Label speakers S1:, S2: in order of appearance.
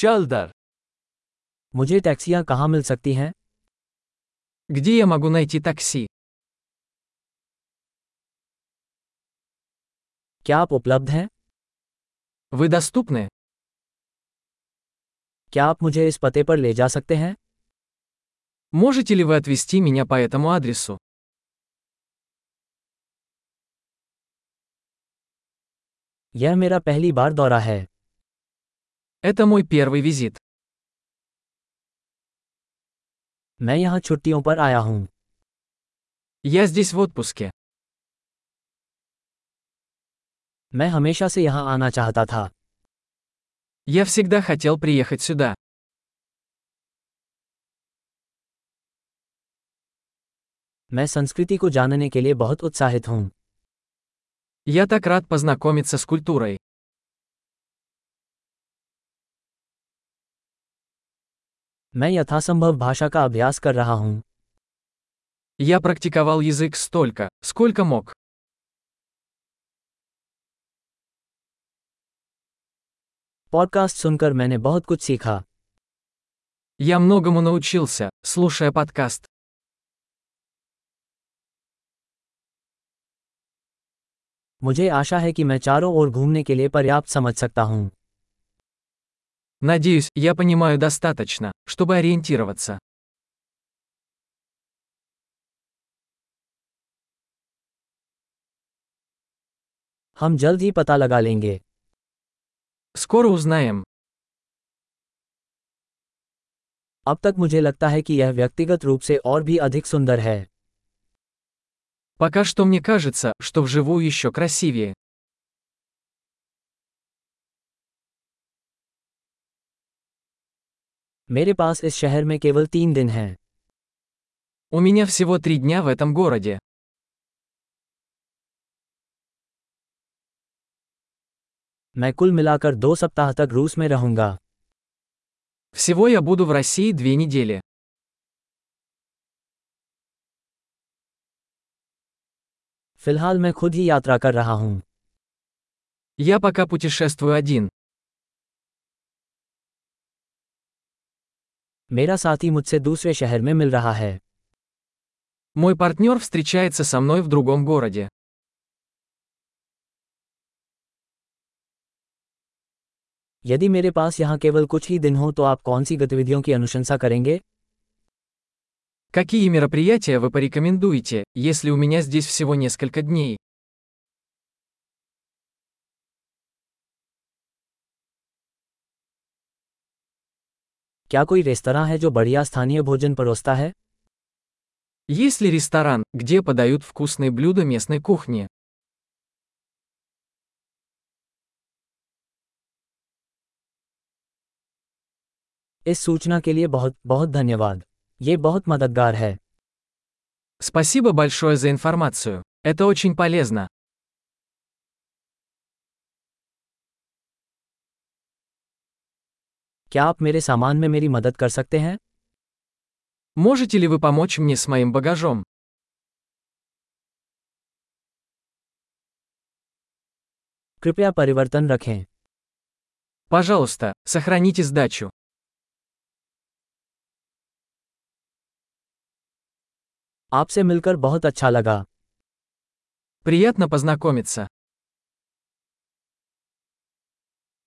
S1: चल दर
S2: मुझे टैक्सियाँ कहाँ मिल सकती हैं
S1: Где я могу найти такси?
S2: क्या आप उपलब्ध हैं
S1: Вы доступны?
S2: क्या आप मुझे इस पते पर ले जा सकते हैं
S1: Можете ли вы отвезти меня по этому адресу?
S2: यह मेरा पहली बार दौरा है
S1: Это мой первый визит.
S2: मैं यहाँ छुट्टियों पर आया हूँ
S1: Я здесь в отпуске.
S2: मैं हमेशा से यहाँ आना चाहता था
S1: Я всегда хотел приехать сюда.
S2: मैं संस्कृति को जानने के लिए बहुत उत्साहित हूँ
S1: Я так рад познакомиться с культурой.
S2: मैं यथासंभव भाषा का अभ्यास कर रहा हूँ
S1: Я практиковал язык столько, сколько мог.
S2: पॉडकास्ट सुनकर मैंने बहुत कुछ सीखा
S1: Я многому научился, слушая подкаст.
S2: मुझे आशा है कि मैं चारों ओर घूमने के लिए पर्याप्त समझ सकता हूँ
S1: Надеюсь, я понимаю достаточно, чтобы ориентироваться.
S2: हम जल्द ही पता लगा लेंगे
S1: Скоро узнаем.
S2: अब तक मुझे लगता है कि यह व्यक्तिगत रूप से और भी अधिक सुंदर है
S1: Пока что мне кажется, что вживую еще красивее.
S2: मेरे पास इस शहर में केवल तीन दिन हैं
S1: У меня всего три дня в этом городе.
S2: मैं कुल मिलाकर दो सप्ताह तक रूस में रहूंगा
S1: Всего я буду в России две недели.
S2: फिलहाल मैं खुद ही यात्रा कर रहा हूँ
S1: Я пока путешествую один.
S2: मेरा साथी मुझसे दूसरे शहर में मिल रहा है
S1: Мой партнер встречается со мной в другом городе.
S2: यदि मेरे पास यहाँ केवल कुछ ही दिन हो तो आप कौन सी गतिविधियों की अनुशंसा करेंगे
S1: Какие мероприятия вы порекомендуете, если у меня здесь всего несколько дней?
S2: क्या कोई रेस्तरा है जो बढ़िया स्थानीय भोजन परोसता है
S1: Есть ли ресторан, где подают вкусные блюда местной кухни?
S2: इस सूचना के लिए बहुत बहुत धन्यवाद ये बहुत मददगार है
S1: Спасибо большое за информацию. Это очень полезно.
S2: क्या आप मेरे सामान में मेरी मदद कर सकते हैं
S1: Можете ли вы помочь мне с моим багажом?
S2: कृपया परिवर्तन रखें
S1: Пожалуйста, сохраните сдачу.
S2: आपसे अच्छा मिलकर बहुत अच्छा लगा
S1: Приятно познакомиться.